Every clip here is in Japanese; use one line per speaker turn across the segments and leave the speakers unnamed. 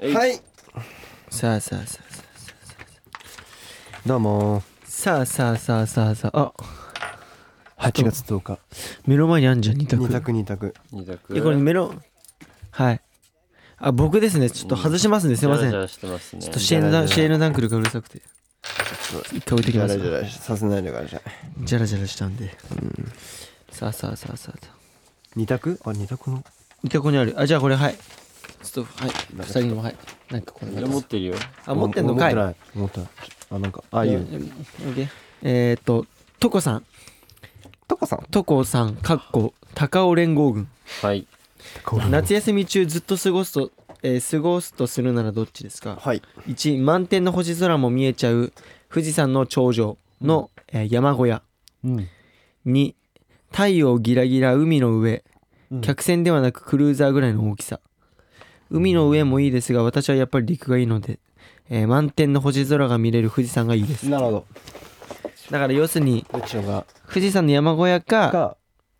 はい
さあさあさあさあさあさあどうもさあさあさあさあさああ
8月10日
目の前にあんじゃん2択
2択2択
二択
えこれ目のはいあ僕ですねちょっと外しますねすいません
ジャ
ちょ
ラジャラしてますね
っとシェーンダンシェーンダンクルがうるさくて一回置いてき
じゃ
ま
ら
す
じゃらさせないでください
ジャラジャラしたんでさあさあさあさあさあ
2択あ二択の
一回ここにあるあじゃあこれはいちょっとはい二人にもはいなんかこれ
俺持ってるよ
あ持ってんのかい
持ってない持ってないあなんかああい
いうえーっとトコさん
トコさん
トコさんかっこ高尾連合軍
はい
夏休み中ずっと過ごすと、えー過ごすとするならどっちですか
はい
1満天の星空も見えちゃう富士山の頂上の、えー山小屋
うん
2太陽ギラギラ海の上
うん
客船ではなくクルーザーぐらいの大きさ海の上もいいですが私はやっぱり陸がいいので、えー満天の星空が見れる富士山がいいです
なるほど
だから要するに
どっちのが
富士山の山小屋か
が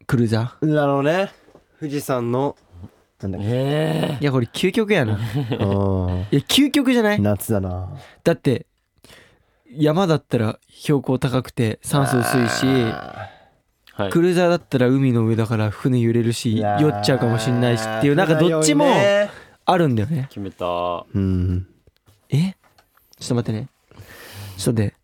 クルーザ
なるほどね富士山のなんだっけ
え
ーいやこれ究極やな
うん
いや究極じゃない
夏だな
だって山だったら標高高くて酸素薄いし
はい
クルーザーだったら海の上だから船揺れるし
いやー
酔っちゃうかもしんないしっていうなんかどっちも
船酔いね
あるんだよね
決めた
うん
えちょっと待ってねちょっと待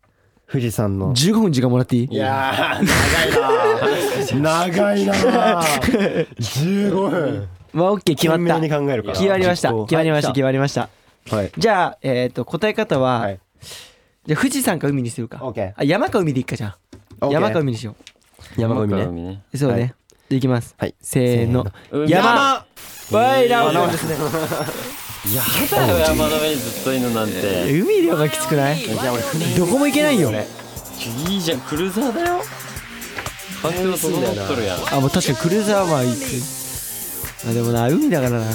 富士山の
って15分時間もらっていい
いやー 長いな長いな15分
まあ OK 決まっ
懸
た
命に考えるから
決まりました
実行
決まりました
はい
決まりました
はい
じゃあえっと答え方は、
はい
じゃあ富士山か海にするか
OK
あ山か海でいっかじゃあ
OK
山か海にしよ
山
海
組ね
ね
うそうね、
はい
でいきます、
はい
せーの
海
山わいラオ
山
ですね
山だよ山の上にずっといるのなんて
海量がきつくないどこも行けないよ
いいじゃんクルーザーだよ環境整っとるやん
あもう確かにクルーザーは行くあでもな海だからな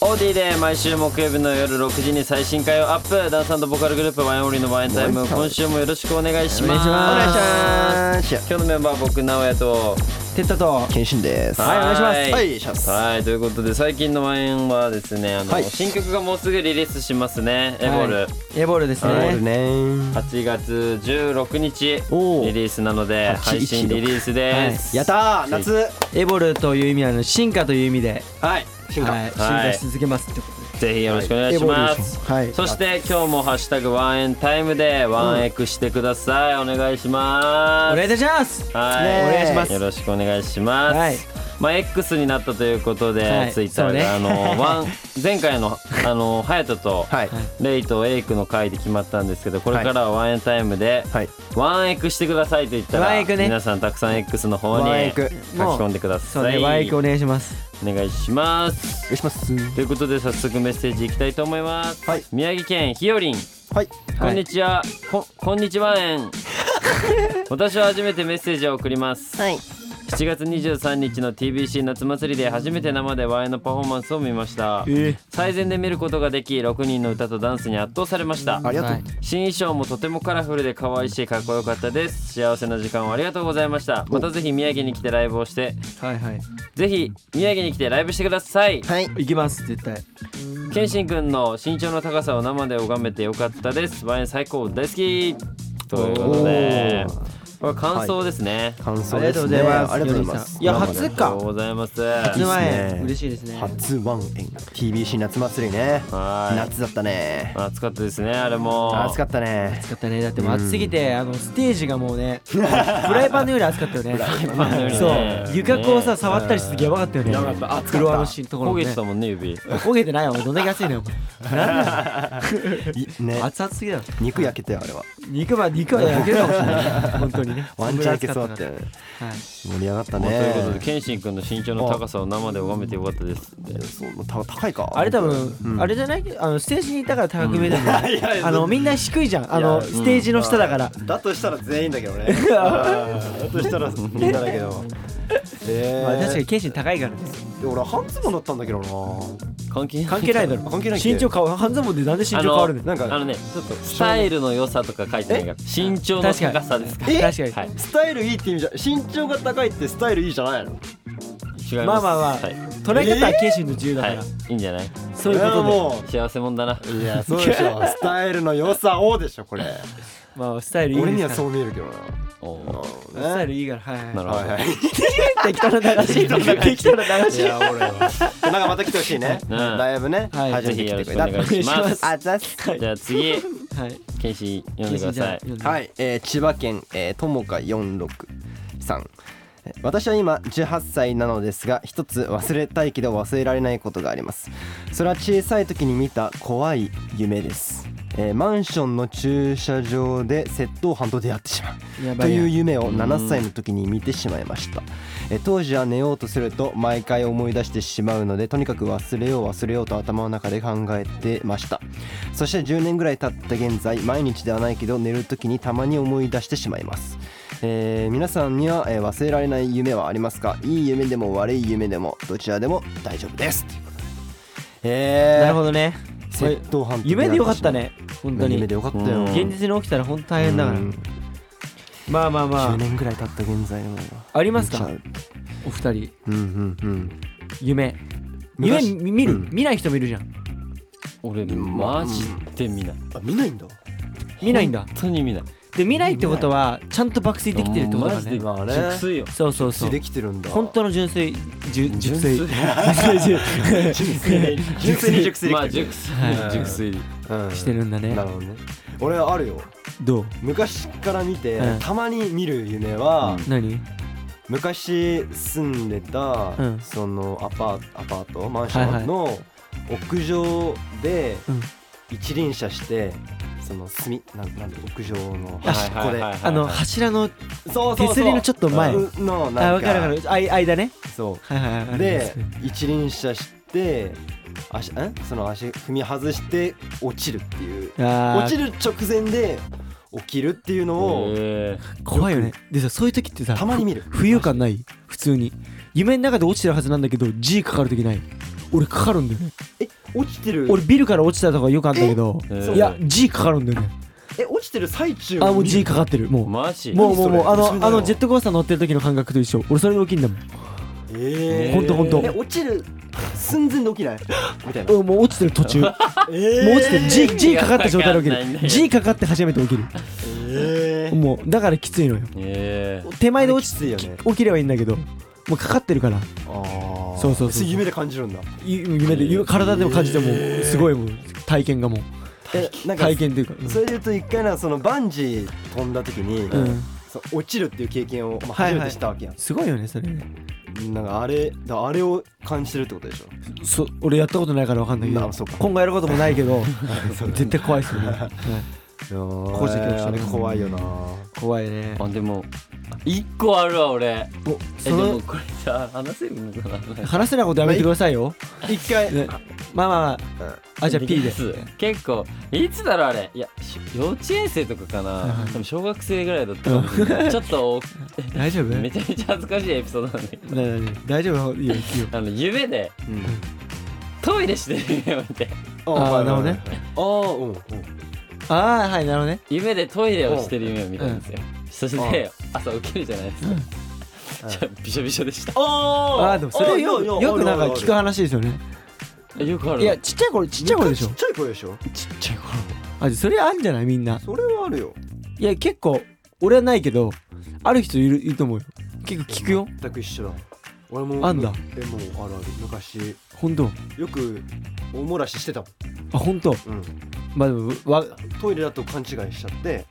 オーディで毎週木曜日の夜6時に最新回をアップダンスボーカルグループワインオンリーのバインタイム今週もよろしくお願いします
お願いし
しゃ
今日のメンバーは僕直哉と
テッタと
謙信です
はいお願いします
はいします
はいということで最近のワインはですねあの、
はい
新曲がもうすぐリリースしますねエボール、
エボールです
なるほど
ね
ね
8月16日
おー
リリースなので
816
配信リリースです、
やったー夏
エボールという意味はあの進化という意味で、
はい進化
はい、進化し続けますってことで
ぜひよろしくお願いします、
はい
そして今日も「ハッシュタグワンエンタイム」でワンエクしてください、お願いします
お願いいたします
はい、
お願いし
ます
よろしくお願いします。
はい
まあ X になったということで、
はい
ツイッタ
そう
ー
ね
で、あのワン前回のあのハヤトと
はい
レイとエイクの回で決まったんですけど、これからはワンエンタイムで、
はい
ワンエクしてくださいと言った
ワン
ら、
エクね
皆さんたくさん X の方に
ワンエ
書
ク
き込んでくださ
そう
い。
ねワイクお願いします
お願いします。
お願いします
ということで早速メッセージいきたいと思います。
はい
宮城県ひよりん。
はい
こんにちは、ここんにちはえん私は初めてメッセージを送ります、はい、7月23日の TBC 夏祭りで初めて生でワイのパフォーマンスを見ました、
え
最前で見ることができ6人の歌とダンスに圧倒されました
ありがとう
はい
新衣装もとてもカラフルで可愛いしかっこよかったです幸せな時間をありがとうございましたまたぜひ宮城に来てライブをして
はいはい
ぜひ宮城に来てライブしてください
はい
行きます絶対
ケンシンくんの身長の高さを生で拝めてよかったです。ワイン最高大好きということで、これ感想ですね。
感
あ
想
りが
で
とう
す
ご
ね
ざいます
ありがとうございます
いや
生
初
で
ありがと
か
うございます。
初
すね
前嬉しいですね
初ワンエン TBC 夏祭りね
はい
夏だったね
暑かったですね、あれも。
暑かったね
暑かったねだってもう暑すぎてあのステージがもう ねフライパンのより暑かったよね
ンのよりね
そう床こうさ
ね
触ったりしてやばかったよねやばかったフロアのしところ
焦
も
げ
ね
てたもんね、指。
焦げてないよお前どんだけ暑いのよお前なんだ
いね
よ熱々すぎだろ
肉焼けたよあれは
肉は肉は焼けるかもしれ ない本当にね
ワンチャンいけそうだったよね
はい
盛り上がっ
と
た
いうことで、
ね
ケンシンくんの身長の高さを生で拝めてよかったですって。
そうた高いか
あれ多分、あれじゃないあのステージにいたから高く見えたんじゃない,、あのみんな低いじゃんあのステージの下だから、
だとしたら全員だけどねだとしたらみんなだけどえ
まあ、確かにケンシン高いからね
に俺半ズボンだったんだけどな
関係
関係ないだ
あ
ろ
関係ないっけ
身長変わ半ズボンでなんで身長変わるの
なん
あ
か
のねちょっとスタイルの良さとか書いてないから身長の高さですか
え
確かに、
はい
スタイルいいって意味じゃ身長が高いってスタイルいいじゃない
違い
の
ます
まあまあまあ
はい、
捉え方はケンシンの自由だか
は
ら、
い、いいんじゃない
そういうことで
と
幸せもんだな
でいやそうでしょスタイルの良さをでしょこれ
まあスタイルいいです
俺に
か
は
ら
そう見えるけどな
おお
スタイルいいからはいはい
なるほど、
はいはい
適当な流し適当な流
い
し
や俺はなんかまた来てほしいね、
うん
ライブね、
はい
初めて来てくれた
ぜひよろしくお願いします
あざっす
じゃあ次
はい
ケンシ読んでください
は
はいい、えー千葉県、えー、ともか四六さん。えー私は今18歳なのですが一つ忘れたいけど忘れられないことがありますそれは小さい時に見た怖い夢です、えーマンションの駐車場で窃盗犯と出会ってしまう
やば
と
い
いう
や
夢を7歳の時に見てしまいましたえ当時は寝ようとすると毎回思い出してしまうのでとにかく忘れよう忘れようと頭の中で考えてましたそして10年ぐらい経った現在毎日ではないけど寝る時にたまに思い出してしまいますえー皆さんには、えー忘れられない夢はありますかいい夢でも悪い夢でもどちらでも大丈夫ですということでえー、
なるほどね
窃盗犯と出会
夢でよかった
てし
ね
ま
本
う
当に
夢でよかったよ
うん
現実に起きたら本当大変だから
うん
まあまあ
10
ま
年ぐらい経った現在の夢は
あありますか
見ちゃう
お二人
うんうんうん
夢夢
昔
見る
うん
見ない人もいるじゃん
俺
ま
マジで見ない
あ見ないんだ
見ないんだ
本当に見ない
で見ないってことはちゃんと爆睡できてるってことだ
マジで
ね
まあね
熟睡よ
そうそうそう
できてるんだ
本当の純粋純
純
純
粋
粋純粋
純粋に熟睡できてる
まあ熟
は
睡
い
熟睡
うん
してるんだね
なるほどね俺はあるよ
どう
昔から見て、
うん
たまに見る夢は、
うん
何
昔住んでた、
うん
そのアパアパートマンションの屋上で
うん
一輪車して、その隅なんなんで屋上の
あ
端っこで、
あの柱の
そうそうそう
手すりのちょっと前
うんの
あ
なん
分
か
かる分かるあい間ね
そう
はいはいはい
で一輪車して足んその足踏み外して落ちるっていう
あ
落
ー
ちる直前で起きるっていうのを
え
怖いよねでさそういう時ってさ
たまに見る
ふ浮遊感ない普通に夢の中で落ちてるはずなんだけど G かかる時ない俺かかるんだよね
え落ちてる
俺ビルから落ちたとかよくあんだけど
えー
いや G かかるんだよね
え落ちてる最中
あもう G
か
かかってるもうも
マジ
うもうもうあ
何それ
のあのジェットコースター乗ってる時の感覚と一緒俺それで起きんだもん
えー、
ほんとほんと
え落ちる寸前で起きないみたいな、
うんもう落ちてる途 中もう
え
落ちてる G, G かかった状態で
わかんな
起き
いね
る G かかって初めて起きる
えー、
もうだからきついのよ
ええ
手前で落
あれきつい
ち
よね
起きればいいんだけどもうかかってるから
あー
そうそうそうそう
れ夢で感じるんだ
ゆ夢でゆ体でも感じてもうすごいもう体験がもう
えなんか
体験というかうん
それで言うと一回なそのバンジー飛んだ時に、
うん
そう落ちるっていう経験を、まあ、
はいは
初
い
めてしたわけやん、
すごいよねそれね
なんかあれだあれを感じてるってことでしょ
そ俺やったことないからわかんないけど
あそうか
今後やることもないけど 絶対怖いっすよね、はい
こ
こうしてきましたね
怖いよな
怖いね
あでも一個あるわ俺
お
え
そ
で
の
もこれさ話せるのかな
話せないことやめてくださいよ、
一回
ね、まあまあまああじゃあ P で
結構いつだろうあれいやし幼稚園生とかかな多分小学生ぐらいだったかもしれないちょっと
大丈夫
めちゃめちゃ恥ずかしいエピソードなんだけど
ななな大丈夫いいよいいよ
あの夢で
うん
トイレしてる夢を見て
あ
あー
はいはいはい
なる
あーうんうん
ああはいなるほどね
夢でトイレをしてる夢を見たんですよ、そして朝起きるじゃないです
うん
か、じゃあびしょびしょでした
あ
ああでもそれよ
ー
よくなんか聞く話ですよね
えよくある
いやちっちゃい頃ちっちゃい頃でしょ
ちっちゃい頃でしょ
ちっちゃい頃
あそれあんじゃないみんな
それはあるよ
いや結構俺はないけどある人いるいると思うよ結構聞くよ
全く一緒だ俺も
あんだ
えもうあるある昔
本当
よくおもらししてたも
あ本当
ん、うん、
まあでもわ
トイレだと勘違いしちゃって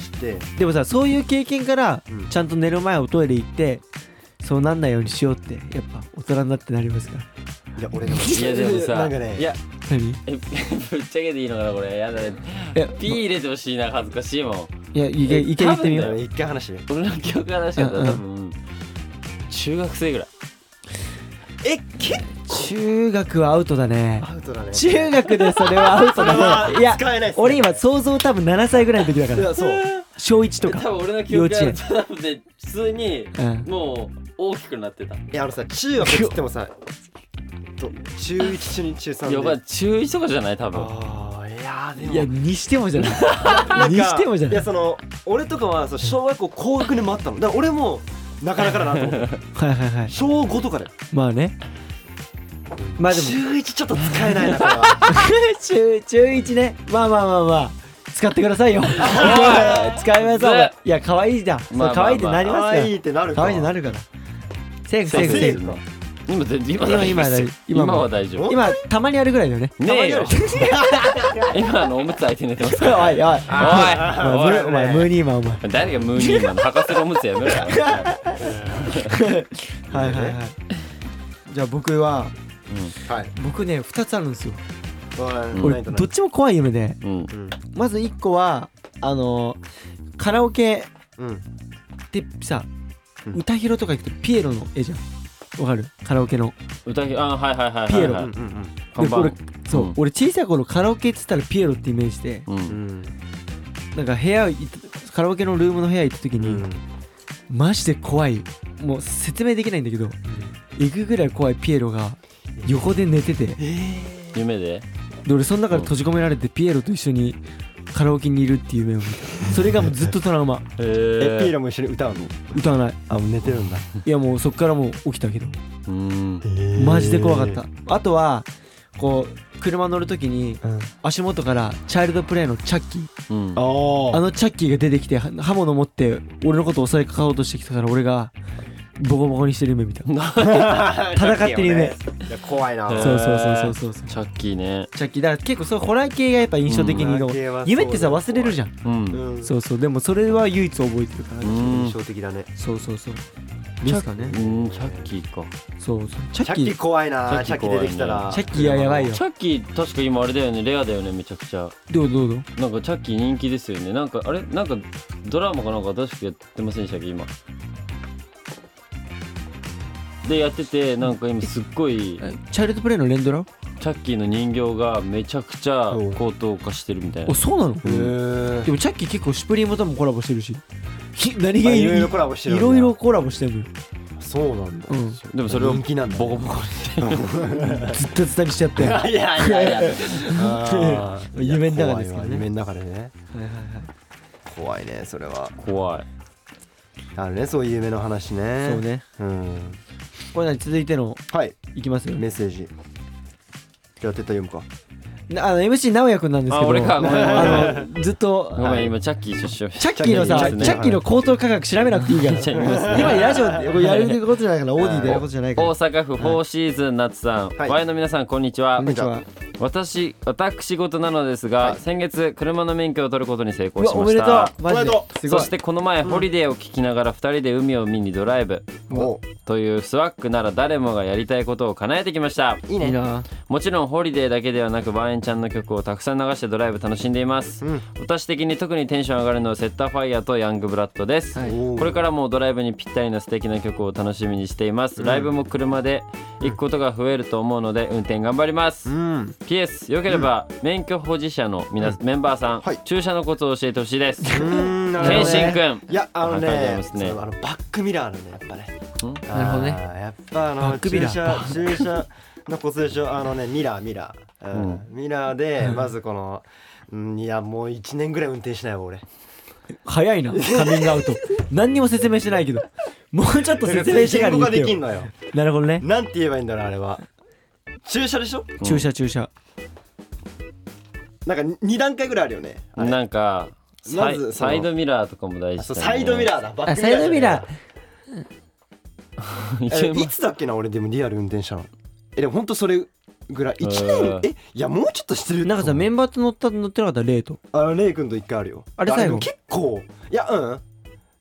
して
でもさそういう経験から
うん
ちゃんと寝る前おトイレ行ってそうなんないようにしようってやっぱ大人になってなりますから
い や俺でも
いやでもさ
なんかね
いや
何い
えぶっちゃけていいのかなこれやだね
や
ピー入れてほしいな恥ずかしいもん
いやいけいけ
多分
行ってみよ
あの
う
一回話してみよ
俺の記憶話だったら
うんう
多
ん
分、中学生ぐらいう
え結
中学はアウトだね
構アウトだね
中学でそれはアウトだねいや
使えないっすね
俺今想像多分7歳ぐらいの時だか
い
ら
やそう
小1と
多
か
分俺の記憶
幼稚園
だと多分ね普通に
うん
もう大きくなってた
いやあのさ中学っつってもさと中1中2中3で
やばい中1とかじゃない多分
あーいやーでも
いやにしてもじゃない
なん か
にしてもじゃない
やその俺とかはそう小学校高学年もあったのだから俺もなかなかだなと思って
はいはいはい
小5とかで
まあねまあでも
中1ちょっと使えないなこれは
中中一ねまあまあまあまあ使ってくださいよ使いますよお前いや可愛いじゃんそう
まあまあまあ
可愛いってなり
可
ます
愛
よ
いってなる
可
か
愛いってなるからセーフセーフセ
セー
ー
フ
フ
か
今全然今
今
大丈夫です
今今
今は大丈夫
今たまにあるぐらいだよね
ねえよ
たま
今あのおむつ開いて寝てます
お
か
い
ら
お
おい
いおいお
おい
前ムお前ムーニーマンお前
誰がムーニーマンの博士のおむつやめろ よ
はいはいはいじゃあ僕は
はい
僕ね2つあるんですよ
うん
俺どっちも怖い夢で
うん
うん
まず1個はあのカラオケ
うん
でさ
うん
歌広とか行くとピエロの絵じゃんわかるカラオケの
歌ひあはいはいはいはいはい
ピエロ
うんうん
看
で
板
俺そう、
うん
俺小さい頃カラオケっつったらピエロってイメージで
う
うんん
なんか部屋行ったカラオケのルームの部屋行った時
う
に、
ん
マジで怖いもう説明できないんだけどえぐぐらい怖いピエロが横で寝ててで
夢で
俺その中で閉じ込められてピエロと一緒にカラオケにいるっていう夢を見たそれがもうずっとトラウマ
え
えピー
ロ
ラも一緒に歌うの
歌わない
あもう寝てるんだ
いやもうそっからもう起きたけど
うん
マジで怖かったあとはこう車乗る時に
うん
足元からチャイルドプレイのチャッキー
うん
あ
あ
のチャッキーが出てきては刃物持って俺のことを襲いかかおうとしてきたから俺がボコボコにしてる夢見た
あ
戦ってる夢
いや怖いな
へー
そうそうそうそうそうそう
チャッキーね
チャッキーだから結構そういうホラー系がやっぱ印象的に
ホラー系はそうだ
夢ってさ忘れるじゃん
うん
うん
そうそうでもそれは唯一覚えてるから
う
ね
ん
印象的だね
そうそうそう
チ
で
ャ
すかね
うんチャッキーか
そうそうチャ
チ
ッ
ャ
キ
ッキ
ー
ー怖いな
チ
チ
ャッキ
ャッキ
ー
ー
怖
出
いね
てきたら
チャッキーはやばいよ
チャッキー確か今あれだよねレアだよねめちゃくちゃ
どうどうどう
なんかチャッキー人気ですよねなんかあれなんかドラマかなんか新しくやってませんでしたっけ今でやっててなんか今すっごい
えチャイルドプレイの連ドラ
チャッキーの人形がめちゃくちゃ高騰化してるみたいな
あそうなの
へー
でもチャッキー結構シュプリームともコラボしてる しひ何気
あ
に
いろいろコラボしてるん
い
だ
ろいろコラボしてるのよ
そうなんだ
うん
でもそれを
人気なんだ
ボコボコにして
ずっと伝えにしちゃって
いやいやいやあー
夢の中ですけどね
いや怖いわ夢の中で
は
ね
いはいはい
怖いねそれは
怖い
あるねそういう夢の話ね
そうね
うん
これ何続いての
はい
いきますよ
メッセージじゃあてった読むか
なあの MC 直哉くんなんですけど
あ俺かごめんごめん
あのずっと
ごめん今チャッキー出社
チャッキーのさチ
チャッキー
ャ
ですね
ッキーの高等価格調べなくていいから
チャッキーですね
今ラジオでこれやることじゃないからオーディでやることじゃないか
大
ら
阪府フォーシーズン夏さん、
はい
ワイの皆さんこんにちは
こんにちは
私私事なのですが、
はい
先月車の免許を取ることに成
う
功
わ
し
お
ま
め
し
でと
た
うマジ
おめ
で
でと
すご
そ
い
してこの前、ホリデーを聞きながら2人で海を見にドライブ
お
というスワックなら誰もがやりたいことを叶えてきました
いいねな
もちろんホリデーだけではなくバーエンちゃんの曲をたくさん流してドライブ楽しんでいます、
うん
私的に特にテンション上がるのはセッターファイヤーとヤングブラッドです、
はい
お
これからもドライブにぴったりな素敵な曲を楽しみにしています、ライブも車で行くことが増えると思うので運転頑張ります、
うん
PS よければ免許保持者の皆、メンバーさん、
はい
駐車のコツを教えてほしいです
うーんなるほど
健
ね
信くん
いやあの
ありがとうござい
ね
ますね
そのあのバックミラーのねやっぱね
ん
なるほどね
あーやっぱあの
バックミラー
駐車駐車のコツでしょあのねミラーミラー、うん
うん
ミラーでまずこの、うん、いやもう1年ぐらい運転しないわ俺
早いなカミングアウト何にも説明してないけどもうちょっと説明してから言
言が
って
できん
よ
のよ
なるほどね
なんて言えばいいんだろうあれは駐車でしょ
駐車駐車
なんか2段階ぐらいあるよねあれ
なんかサイ
まずその
サイドミラーとかも大
あ
事
そう
だ、ね、
サイドミラーだバッ
あ
ク
サイドミ
ミラ
ラ
ー
ー
えいつだっけな俺でもリアル運転したのえでもほんとそれぐらい1
うん
年えいやもうちょっとして
ー
る
なんかさメ
ン
ンバーと乗った乗ってなかったらレート
あのレイ君と1回あるよ
あれ最後
でも結構いやうん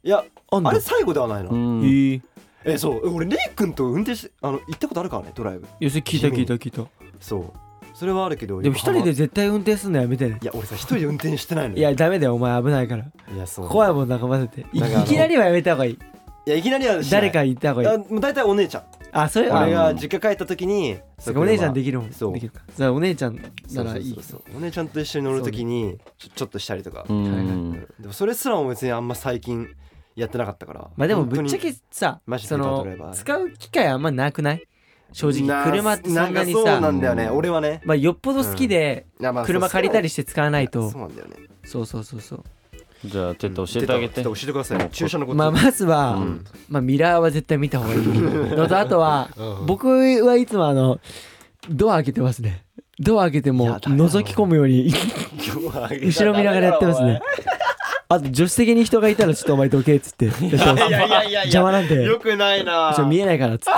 いや
あんだ
あれ最後ではないの、
うん
えーい
えそう俺レイ君と運転しあの行ったことあるからねドライブ
やそれ聞いた聞いた聞いた
そうそれはあるけど
でも一人で絶対運転すんのやめてね
いや俺さ一人で運転してない
い
のよ
やダメだよお前危ないから
いやそう
怖いもん仲間せていい
なんかあの
きなりはやめた方がいい
いやいきなりはしない
誰か行った方がい
あ
い
もう大体お姉ちゃん
あそれ
あ
は
俺が実家帰った時に
そっかお姉ちゃんで
き
きるもんで
そう
きるかじゃあお姉ちゃんならいい
お姉ちゃんと一緒に乗る時にちょちょっとしたりとか
う
はいは
ん
でもそれすらも別にあんま最近やってなかったから
まあでもぶっちゃ
本
けさ
マジ
そ
でペーター
の
ドライバー
使う機会あんまなくない正
当に
直車ってそんなに
んかそうな
さ
んだよね俺はね
まあよっぽど好きで
いやまあ
車借りたり
し
して使わないと
そうなんだよね
そうそうそうそう
じゃあちょっと教えてあげて
ちょっと教えてください駐車のこと
まあまずは、
うん
まあ、ミラーは絶対見た方がいい のとあとは
うん
僕はいつもあのドア開けてますねドア開けても
いやダメだろ
覗き込むように 後ろ見ながらやってますね あと助手席に人がいたらちょっとお前どけっつ って
いやいやいやい
邪魔
や
なんで
よくないな
ちょ見えないからっつっ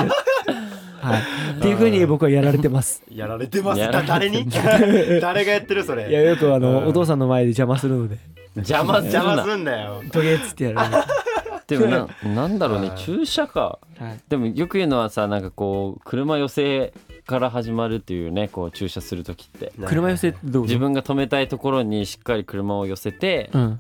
てはいっていうふうに僕はやられてます
やられてます
やられて
誰に 誰がやってるそ
いや
れ
よくあのお父さんの前で邪魔するので
邪魔する
邪魔
な
すんだよ
どけっつってやるので
でもなな んだろうね駐車か
はい
でもよく言うのはさなんかこう車寄せから始まるっていうねこう駐車する時って
車寄せってどう
自分が止めたいところにしっかり車を寄せて
うん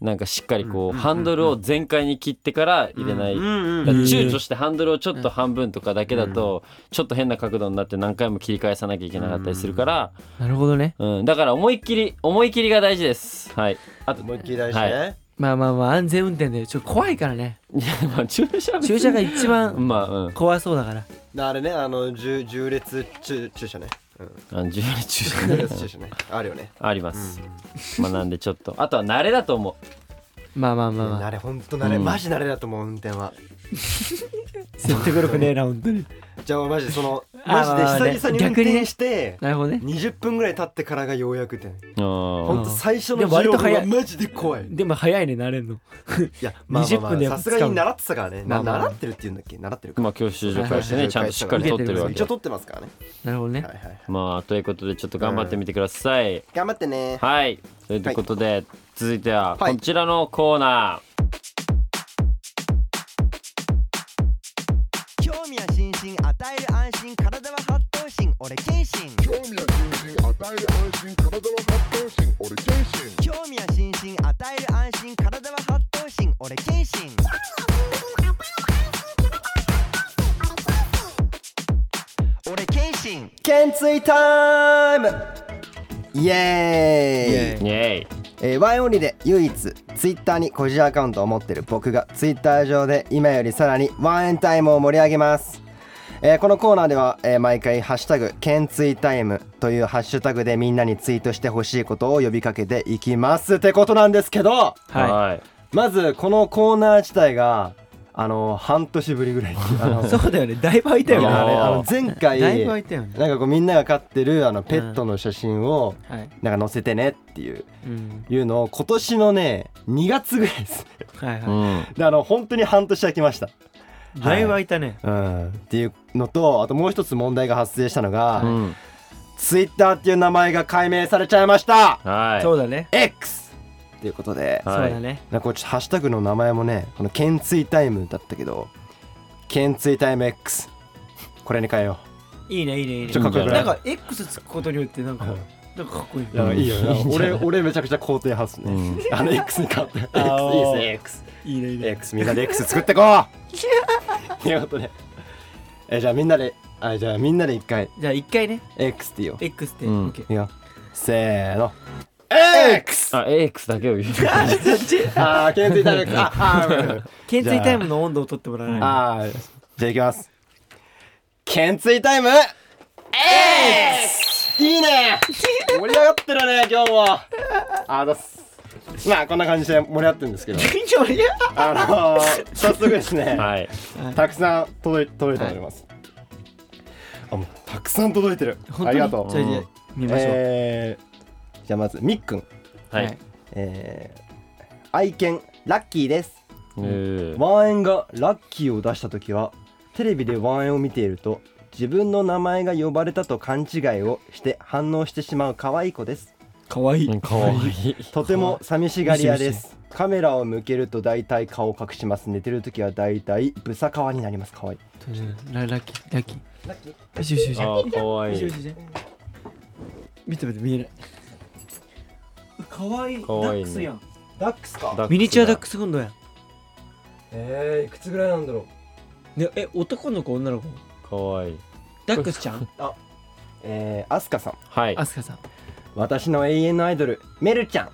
なんかしっかりこ
う
う
ん
ハンドルを全開に切ってから入れない
うん
だ
うん
から
うん
うん
躊躇してハンドルをちょっと半分とかだけだとちょっと変な角度になって何回も切り返さなきゃいけなかったりするから
なるほどね
うんだから思いっきり思い切りが大事ですはいあと
思いっきり大事ね
まあまあまあ安全運転でちょっと怖いからね
いやまあ駐車
駐車が一番
まあうん
怖そうだから
あれねあの重重列駐 駐車ねうん
あの駐車駐
重
車
列駐車ねあるよね
ありますまあなんでちょっとあとは慣れだと思
まあまあまあま
慣
あ
れほんと慣れ
うん
マジ慣れだと思う運転は
説得力ねえな本当に
じゃあマジでその
あー
マジで
まあね
久々に運
逆にね
転して
なるほどね
20分ぐらい経ってからがようやくて
ううん
ほんと最初の
でも割
15
と
分
早い
はマジで怖い
でも早いね慣れんの
いや、まあまあま
20
あ
分でやっ
さ
ぱ
すがに習ってたからね、な
まあまあ
習ってるって言うんだっけ習ってるか、
まあ教習所からしてねちゃんとしっかり取ってるわ
一応
け
取ってますからね、
なるほどね
はいはいはい
まあということでちょっと頑張ってみてください、
頑張ってね
はいということで、続いては
はい
こちらのコーナ
興味や心身与える安心体は発動心俺謙信
興味や心身与える安心体は発動心俺謙信
興味や心身与える安心体は発動心俺謙信俺謙信
ケンツイタイムイエーイ
ー、イエーイ
えー、ワイオンリーで唯一ツイッターに個人アカウントを持ってる僕がツイッター上で今よりさらにワンエンタイムを盛り上げます、えーこのコーナーでは、えー毎回「ハッシュタグケンツイタイム」というハッシュタグでみんなにツイートしてほしいことを呼びかけていきますってことなんですけど
は
はい
まずこのコーナー自体があの半年ぶりぐらいにあ
い
の
そうだよねだいぶ空いたよねあ
あの
れ
ね
ー
あの前回
だいぶ空
なん
いたよね
かこうみんなが飼ってるあのペットの写真を
はい
なんか載せてねっていう
うん
いうのを今年のね2月ぐらいです ね
はいは
うん
であの本当に半年空きました、
いだいぶ空いたね
うん、っていうのとあともう一つ問題が発生したのが、
うん
ツイッターっていう名前が解明されちゃいました
はい
そうだね
X っていうことで、
は
そ
いう
だね
なんかこうちょっとハッシュタグの名前もねこの「ケンツイタイム」だったけど「ケンツイタイム X」これに変えよ
いいねいいねいいね
ちょっとかっこよく
な
ない、
んか X つくことによってなんかなんかかっこいいう
や
い
い
い
い
よ
よいいよ
俺俺めちゃくちゃ肯定派っす
う
ね、
ん
あの X に変わって X
あー
いいですね
いいねいい
X
ね
X みんなで X 作ってこうということでえじゃあみんなであじゃあみんなで一回
じゃあ一回ね
X って言おう
X って
うん
OK
いくよせーの X!
あ AX だけを言う
あー、ケンツイタイム X ああー、
懸垂タイムの温度を取ってもらわ ない
あーじゃあいきますケンツイタイム X! いいね盛り上がってるね、今日もあーだっすまあ、こんな感じで盛り上がってるんですけど
といや
あのー、早速ですね、
はい
たくさん届い届いております、あ、もうたくさん届いてるありがとう
じゃあじゃあ見ましょう
えー、じゃあまずみっくん
はい
えー愛犬ラッキーです
うー
ワンエンがラッキーを出した時はテレビでワンエンを見ていると自分の名前が呼ばれたと勘違いをして反応してしまう可愛い子です
かわいい
うんかわいい
とても寂しがり屋ですカメラを向けると大体顔を隠します寝てる時は大体ブサカワになります可愛い
ララッキーラッキー
ラッキー
よしよしよし
あーかわい
よしよ
い
しよし見て見て見えないかわいい
かわいいね
ダックスやん
ダックスか
ダックスだ
ミニチュアダックスフンドやん
えー、いくつぐらいなんだろう
ねえ男の子女の子
かわいい
ダックスちゃん
えー、アスカさん
はい
アスカさん
私の永遠のアイドルメルちゃん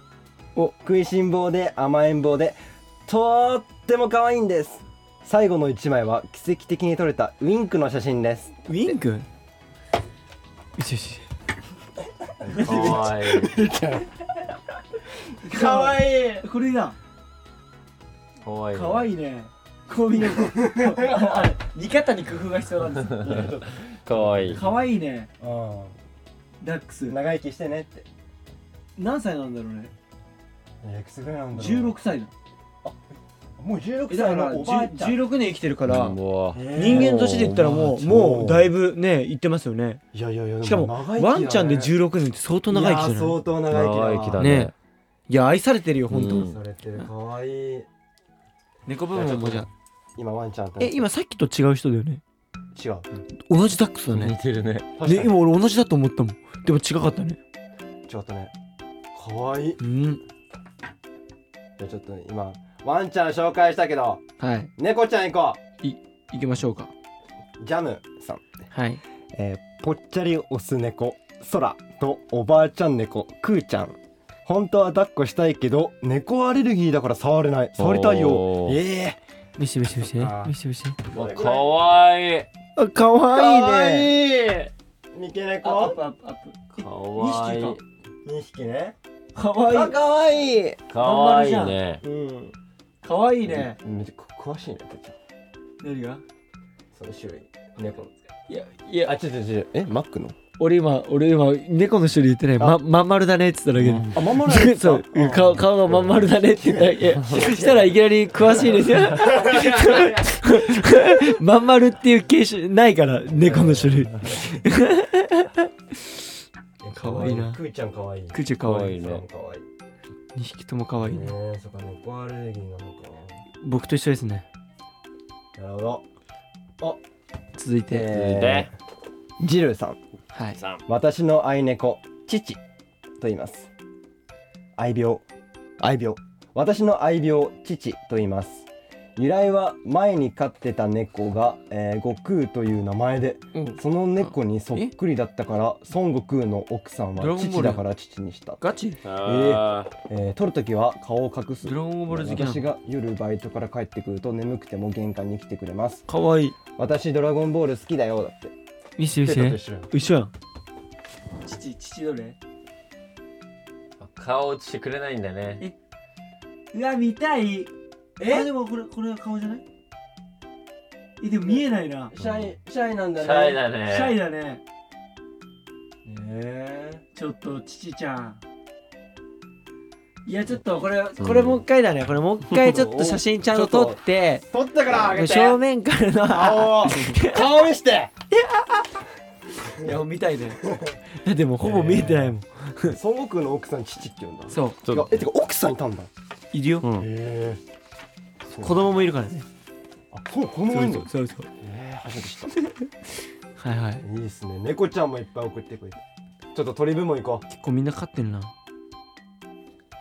お
食いしん坊で甘えん坊でとーっても可愛いんです最後の1枚は奇跡的に撮れたウィンクの写真です
ウィンクよしよし
わいい
かわいいこれだ
かわいい
かわいいねコービの見方に工夫が必要なんです
かわいい
かわいいね
う
ダックス
長生きしてねって
何歳なんだろうね
いくつぐらいなん
16歳だ
もう16
えだから
ん
16年生きてるか
う
ら
わ
人間としてで言ったらもうもうだいぶねいってますよね
いやいやいや
しかもワンちゃんで16年って相当長生きじゃ
いや
ない
相当長生きだ
長生きだね
ねいや愛されてるよ本当、
うん
されてる可愛い
猫部分もじゃあ
今ワンちゃんと
え今さっきと違う人だよね
違う
同じダックスだ
似
ね
てるね
確
ね
かに
今俺同じだと思ったもんでも違かったね
ちょっとね可愛い
うん
じゃあちょっとね今ワンちゃん紹介したけど
はい
猫ちゃん行こ
行きましょうか
うジャムさん
はい
えーぽっちゃりオス猫ソラとおばあちゃん猫クーちゃん本当は抱っこしたいけど猫アレルギーだから触れない触りたいよ
おー
え
見して見して見して
あー
見して見して
わかわいい
あかわいいね
いね三毛
アッ
猫
プアップアッ
かわいい
二匹ね
プかわいい
可愛いい
かわいいね
うん
かわいいね
めっちゃ詳しいねこっち
何が
その種類猫
いやいや
あちょちょちょえマックの
俺今俺今猫の種類言ってないままん丸だねって言っただけで
あまんまる
そう顔顔がまん丸だねって言っただけしたらいきなり詳しいですよ まん丸っていう形種ないから猫の種類可愛いな
クーちゃん可愛い
クチュかわいい
いね
ソラも可愛い
2匹ともかわいい
ね
ね
えそっか猫アレルギーなのか
僕と一緒ですね
なるほど
続
続い
いて
て
ジルさん
はい
さん
私の愛猫チチと言います愛病愛病私の愛病チチと言います由来は前に飼ってた猫が、えー悟空という名前で
うん
その猫にそっくりだったから孫悟空の奥さん
ドラ
は
ゴンボール
父だから父にした、
ガチ
あ
えー、撮る時は顔を隠す
ドラゴンボール好きな
私
の
が夜バイトから帰ってくると眠くても玄関に来てくれます
かわいい
私ドラゴンボール好きだよだって
見せて見せ
ペット
て
と一緒や
一緒や
ん
ん
父父どれ
ー顔落ちてくれないんだね
うわ見たいえでもこれこれは顔じゃないえでも見えないな
シャイシャイなん
シ
だね
ャイだ
シ
ね
ャイだね
え
ちょっと父ちゃんいやちょっとこれ
これもう一回だねこれもう一回ちょっと写真ちゃんと撮って
取ったからあげて
正面からの
顔を顔見して
いや見たいねだってもうほぼ見えてないもん、
孫悟空の奥さん父って言うんだ
そう
ちょっ
いや
と
えてか奥さんいたんだ
いるよ、
うん
へえ
子供もいるからね
あそうこの前の
そうそう
ええ初めて知っ
はいはい
たいいですね猫ちゃんもいっぱい送ってくれてちょっと鳥部門行こう
結構みんな飼ってるな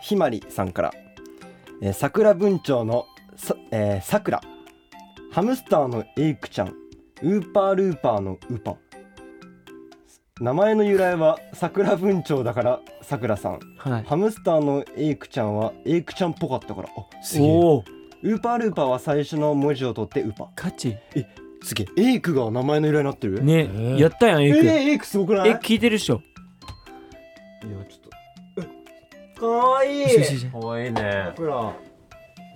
ひまりさんから、えー、桜文鳥のさえーさくらハムスターのエイクちゃんウーパールーパーのウパ名前の由来は桜文鳥だからさくらさん
はい
ハムスターのエイクちゃんはエイクちゃんっぽかったからあすげえ
おお
ウーパールーパーは最初の文字を取ってウパ
ガチ
すげえエイクが名前の由来になってる
ね、やったやんエ
え
イ
ー
ク、え
エイクすごくない
え聞いてるっしょ
いやちょっとえかわいい
よしよしよし
かわいいね
ほら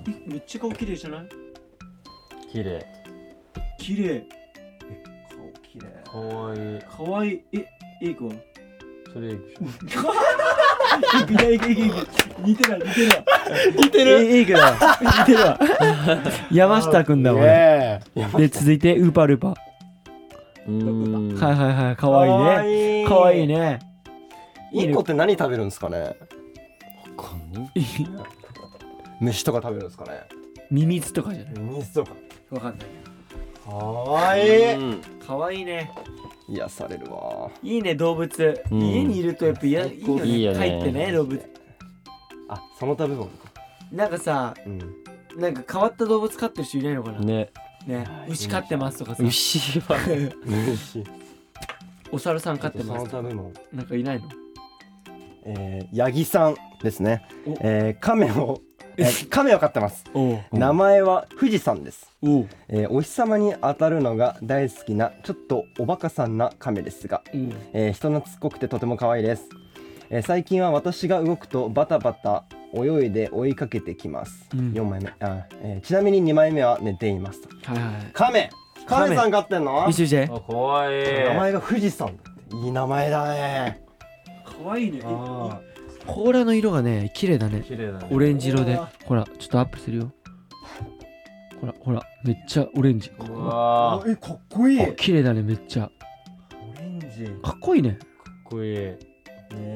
えめっちゃ顔綺麗じゃない
綺麗
綺麗
顔綺麗
かわいい
かわいいえエイクは
それいく
エイク エイクエイクエイク似てない似てない
似てるエイク だ似てるわ山下くんだわ俺
ねえ
で続いてウーパールーパー、
うーん
はいはいはいかわいいね
い
かわいいねいい
イ
ね
ンコって何食べるんですかね
こんな
虫とか食べるんですかね
ミミズとかじゃない
水とか
わかんない
かわいい
うん
かわいいね
癒されるわ
いいね動物、
うん
家にいるとやっぱいやいいよね
いいよね
帰ってね動物
あその食べ物か
なんかさ
うん
なんか変わった動物飼ってる人いないのかなね
ね
牛飼ってますとかさ
牛は
虫
お猿さん飼
そ
ってま
の
すと
食
か
べ物
なんかいないの
えー、八木さんですね
お、
えー、亀をえ ー亀を飼ってます
おう
名前は富士山です
おう
えーお日様に当たるのが大好きなちょっとおバカさんな亀ですが、えー人懐っこくてとても可愛いです、えー最近は私が動くとバタバタ泳いで追いかけてきます、
ん
4枚目あ、えーちなみに2枚目は寝ています
はいはい
亀亀
亀
さん飼ってんの
見せて見せて
あ怖い
名前が富士山だっていい名前だね
可愛いね
あ
甲羅の色がね綺麗だね
ー綺麗だね
オレンジ色でほらちょっとアップするよほらほらめっちゃオレンジこ
う
こ
わーか
えかっこいい
綺麗だねめっちゃ
オレンジ
かっこいいね
っこいい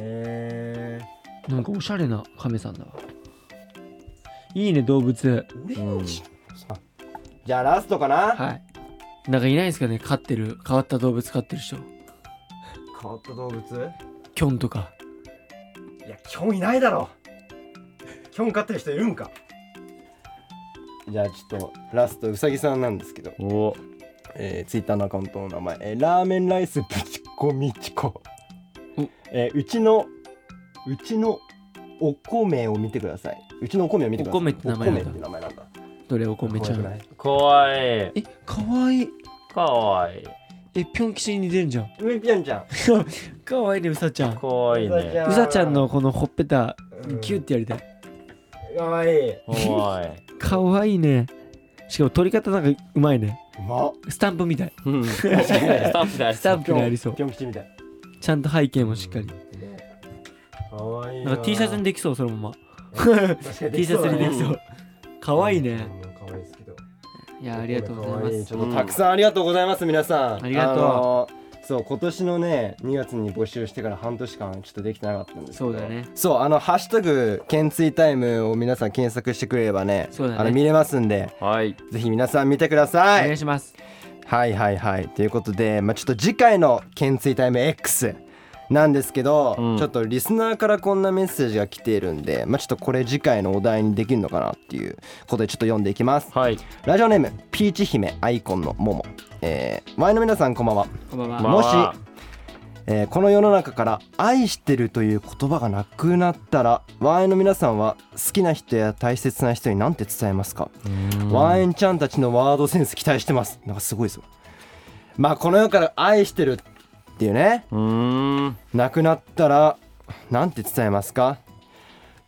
え
なんかおしゃれなカメさんだわいいね動物
オレ
ーうんあじゃあラストかな
はいなんかいないですかね飼ってる変わった動物飼ってる人
変わった動物
キョンとか
いや、キョンいないだろ。キョン飼ってる人いるんか。じゃあちょっとラストうさぎさんなんですけど、
お
えー、ツイッターのアカウントの名前、えーラーメンライスぶちこみちこ
お、
えーうちのうちのお米を見てください。うちのお米を見てください。
お米って名前なんだ
お米って名前なんだ。
どれお米ちゃ
可愛くなんい
怖い
えかわいい
かわいい
えぴょん吉に似てるじゃん
うえぴょんちゃん。
かわいいねうさちゃん
かわいいね
うさちゃんのこのほっぺた
うん
キュッてやりたい
可愛いい。
かわいい
かわいいねしかも取り方なんかうまいね
うまっ。
スタンプみたい
うんスタッフだ
スタンプにありそう
ぴょん吉みたい。
ちゃんと背景もしっかり
可愛いい
なんか T シャツに できそうそのまま
確かに
T シャツにできそうかわいいね
うん。可愛いですけど。
いやありがとうござい
可愛
ま
ち
す
ょっとたくさんありがとうございます、皆さん。
ありがとう
のーそう今年のね2月に募集してから半年間ちょっとできてなかったんですけど
そうだね
そうあの「ハッシュタグ懸垂タイム」を皆さん検索してくれればね
そうだね
あの見れますんで
はい
ぜひ皆さん見てくださ
お願
い
いします
はいはいはいということで、まあ、ちょっと次回の「懸垂タイム X」なんですけど、
うん
ちょっとリスナーからこんなメッセージが来ているんで、まあ、ちょっとこれ次回のお題にできるのかなっていうことでちょっと読んでいきます
はい
ラジオネームピーチ姫アイコンのモモ、えー、前の皆さんこんばんは、
こんばんは
まあ
もしえーこの世の中から「愛してる」という言葉がなくなったらワインの皆さんは好きな人や大切な人に何て伝えますかワインちゃんたちのワードセンス期待してますなんかすごいですよまあこの世から「愛してる」っていうね
うーん
なくなったら何て伝えますか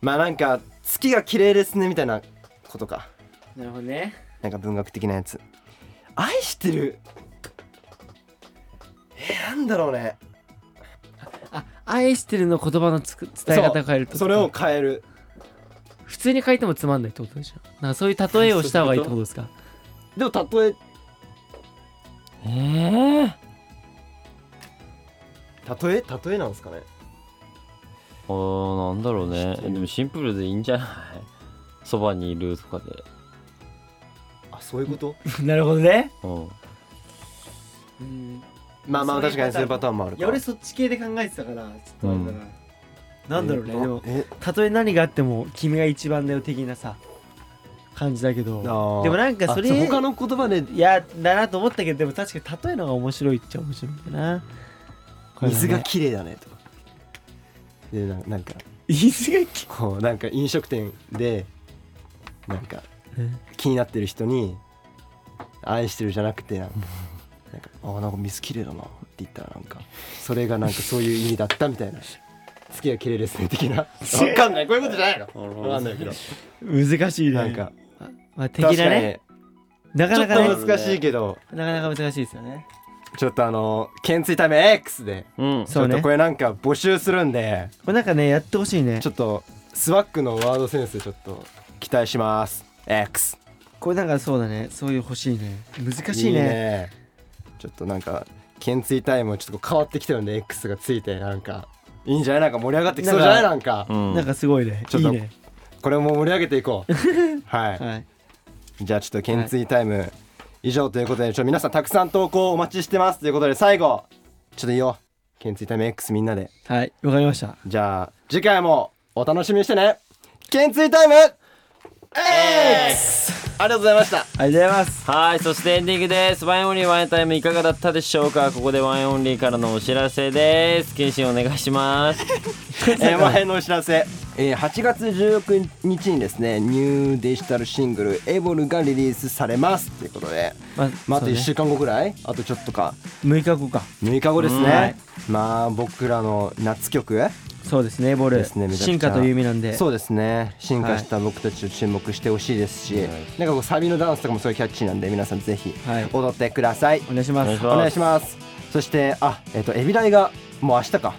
まあなんか「月が綺麗ですね」みたいなことか
なるほどね
なんか文学的なやつ愛してるえー、なんだろうね
あ愛してるの言葉のつく伝え方を変えるってこと
それを変える
普通に書いてもつまんないってことでしょなんかそういう例えをした方がいいってことですか
でも例え
ええ
例え例えなんですかね
おーなんだろうねでもシンプルでいい んじゃないそばにいるとかで
あそういうこと
なるほどね
うん
うん
まあまあ
そういう
確かにそういうパターンもある
い
か
や俺そっち系で考えてたからちょっとあれだな、
う
なんだろうね、でも
え
たとえ何があっても君が一番だよ的なさ感じだけど
あー
でもなんかそれ
あう他の言葉で
いやだなと思ったけどでも確かに例えのが面白いっちゃ面白いんだなこれはね
水が綺麗だねとかでななんか
水がき
こうなんか飲食店でなんか気になってる人に愛してるじゃなくてなんかなんかあなんか水きれいだなって言ったらなんかそれがなんかそういう意味だったみたいな月が綺麗ですね的な わかんないこういうことじゃないのわかんないけど
難しいね
なんか
まあ、的なねなかな
確か
か
に
ね
ちょっと難しいけど
なかなか難しいですよね
ちょっとあの検水タイム X で
うん
ち
そ
ょ
う
っと
ね
これなんか募集するんで
これなんかねやってほしいね
ちょっとスワックのワードセンスちょっと期待します X
これなんかそうだねそういう欲しいね難しいね
ちょっとなんか懸垂タイムもちょっと変わってきてるんで X がついてなんかいいんじゃないなんか盛り上がってきそうじゃないなんか
うん
なんかすごいね
ち
い
ょっ
い
と
ね
これも盛り上げていこうはい
はい
じゃあちょっと懸垂タイム以上ということでちょっと皆さんたくさん投稿お待ちしてますということで最後ちょっといいよ懸垂タイム X みんなで
はいわかりました
じゃあ次回もお楽しみにしてね懸垂タイム X! ありがとうございました
ありがとうございます
はい、そしてエンディングです。ワインオンリーワインタイムいかがだったでしょうかここでワインオンリーからのお知らせです。検診お願いします。
えー前のお知らせえー8月16日にですねニューデジタルシングル「エボル」がリリースされますということで、
まあ
まあ、あと
そう
1
ね
週間後ぐらいあとちょっとか
6日後か
6日後です
うんはい
ね、まあ僕らの夏曲
そうですねボル
ですねめちゃくちゃ
進化という意味なんで
そうですね進化した僕たちを注目してほしいですし、なんかこうサビのダンスとかもすごいキャッチーなんで皆さんぜひ
はい
踊ってください、
お願いしま
お願いし
す
お
ま
願いしますそしてあえっ、とエビライがもう明日か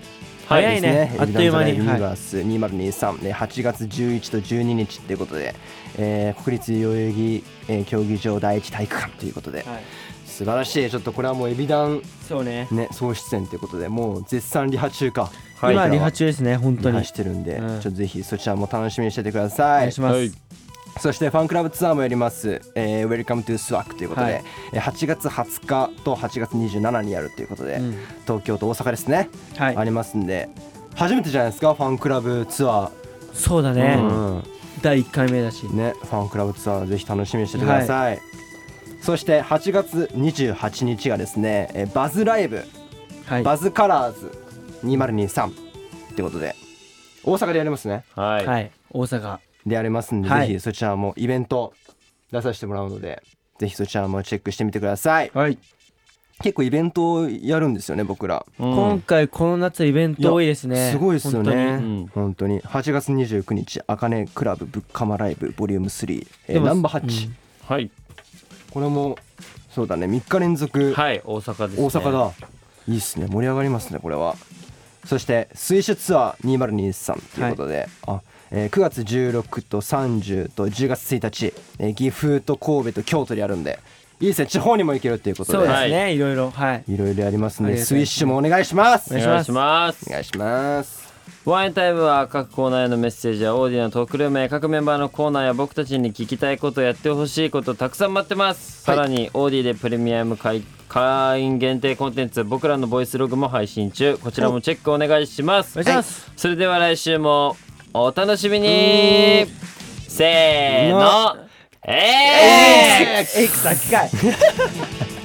早いね
です
あっという間に
エビライザライブユニバース2023、ね、8月11と12日ということで、えー国立代々木、えー競技場第一体育館ということで、
はい
素晴らしいちょっとこれはもうエビダン
そうね
ね総出演ということでもう絶賛リハ中か、
今はリハ
中
中ですね本当
リ
に
ハしてるんで、
うん
ちょっとぜひそちらも楽しみにしててくだ
お
さ
願
い
いします
はい
そしてファンクラブツアーもやります、えー、Welcome to SWAC ということで、
はい
えー8月20日と8月27にやるということで、
うん
東京と大阪ですね、
はい
ありますんで初めてじゃないですかファンクラブツア
そうだ
ー、
ね
うん
第1回目だし
ね、ファンクラブツアーぜひ楽しみにしててください、そして8月28日がですね、えーバズライブ、
はい
バズカラーズ2023ってことで大阪でやりますね
はい、
はい大阪
でやりますんで、
はい
ぜひそちらもイベント出させてもらうのでぜひそちらもチェックしてみてください
はい
結構イベントをやるんですよね僕ら、
うん
今回この夏イベント多いですね
すごいですよね
当にうん
本当に8月29日「あかねクラブぶっかまライブボリューム3、え
で
ー、
も
ナンバー8、
うん
はい
これもそうだね3日連続
はい大阪です、ね、
大阪だ、いいっすね盛り上がりますねこれはそして水手ツアー2023ということで、あえー9月16と30と10月1日、えー岐阜と神戸と京都でやるんでいいですね地方にも行けるっていうこと
そう
で
で
は
す
い
ねいろいろはい
いろいろやりますんで
ありがた
ス
い
イ
で
ッ
すね
シュもお願いします
お
お
願いします
願いします
ワンエンタイムは各コーナーへのメッセージやオーディナートークルームへ各メンバーのコーナーや僕たちに聞きたいことやってほしいことたくさん待ってます、
はい
さらにオーディでプレミアム会会員限定コンテンツ僕らのボイスログも配信中こちらもチェックお願いします
お願いします
それでは来週もお楽しみにせーのえー
えっ先かい